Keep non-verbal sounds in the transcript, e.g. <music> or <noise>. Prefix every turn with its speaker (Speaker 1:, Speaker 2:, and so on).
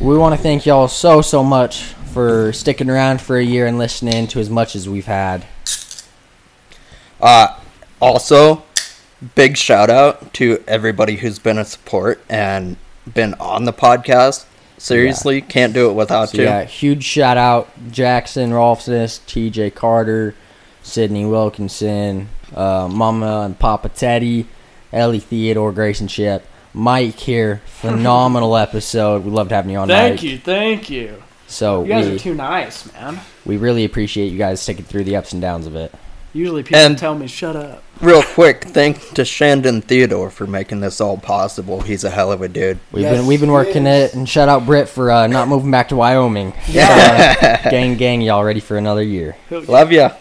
Speaker 1: We want to thank y'all so so much for sticking around for a year and listening to as much as we've had.
Speaker 2: Uh, also, big shout out to everybody who's been a support and been on the podcast. Seriously, can't do it without
Speaker 1: So
Speaker 2: you.
Speaker 1: yeah, huge shout out Jackson Rolfsness, TJ Carter, Sydney Wilkinson, uh, Mama and Papa Teddy, Ellie Theodore, Grayson Ship, Mike
Speaker 3: <laughs>
Speaker 1: here. Phenomenal episode. We loved having you on.
Speaker 3: Thank
Speaker 1: Mike.
Speaker 3: you, thank you.
Speaker 1: So
Speaker 3: You guys
Speaker 1: we,
Speaker 3: are too nice, man.
Speaker 1: we really appreciate you guys sticking through the ups and downs of it.
Speaker 3: Usually people
Speaker 2: And-
Speaker 3: tell me shut up.
Speaker 2: Real quick, thanks to Shandon Theodore for making this all possible. He's a hell of a dude.
Speaker 1: We've
Speaker 3: Yes,
Speaker 1: been we've been
Speaker 3: he
Speaker 1: working
Speaker 3: is.
Speaker 1: it, and shout out Britt for uh, not moving back to Wyoming.
Speaker 3: Yeah.
Speaker 1: gang, gang, y'all ready for another year?
Speaker 3: Who-
Speaker 2: Love ya.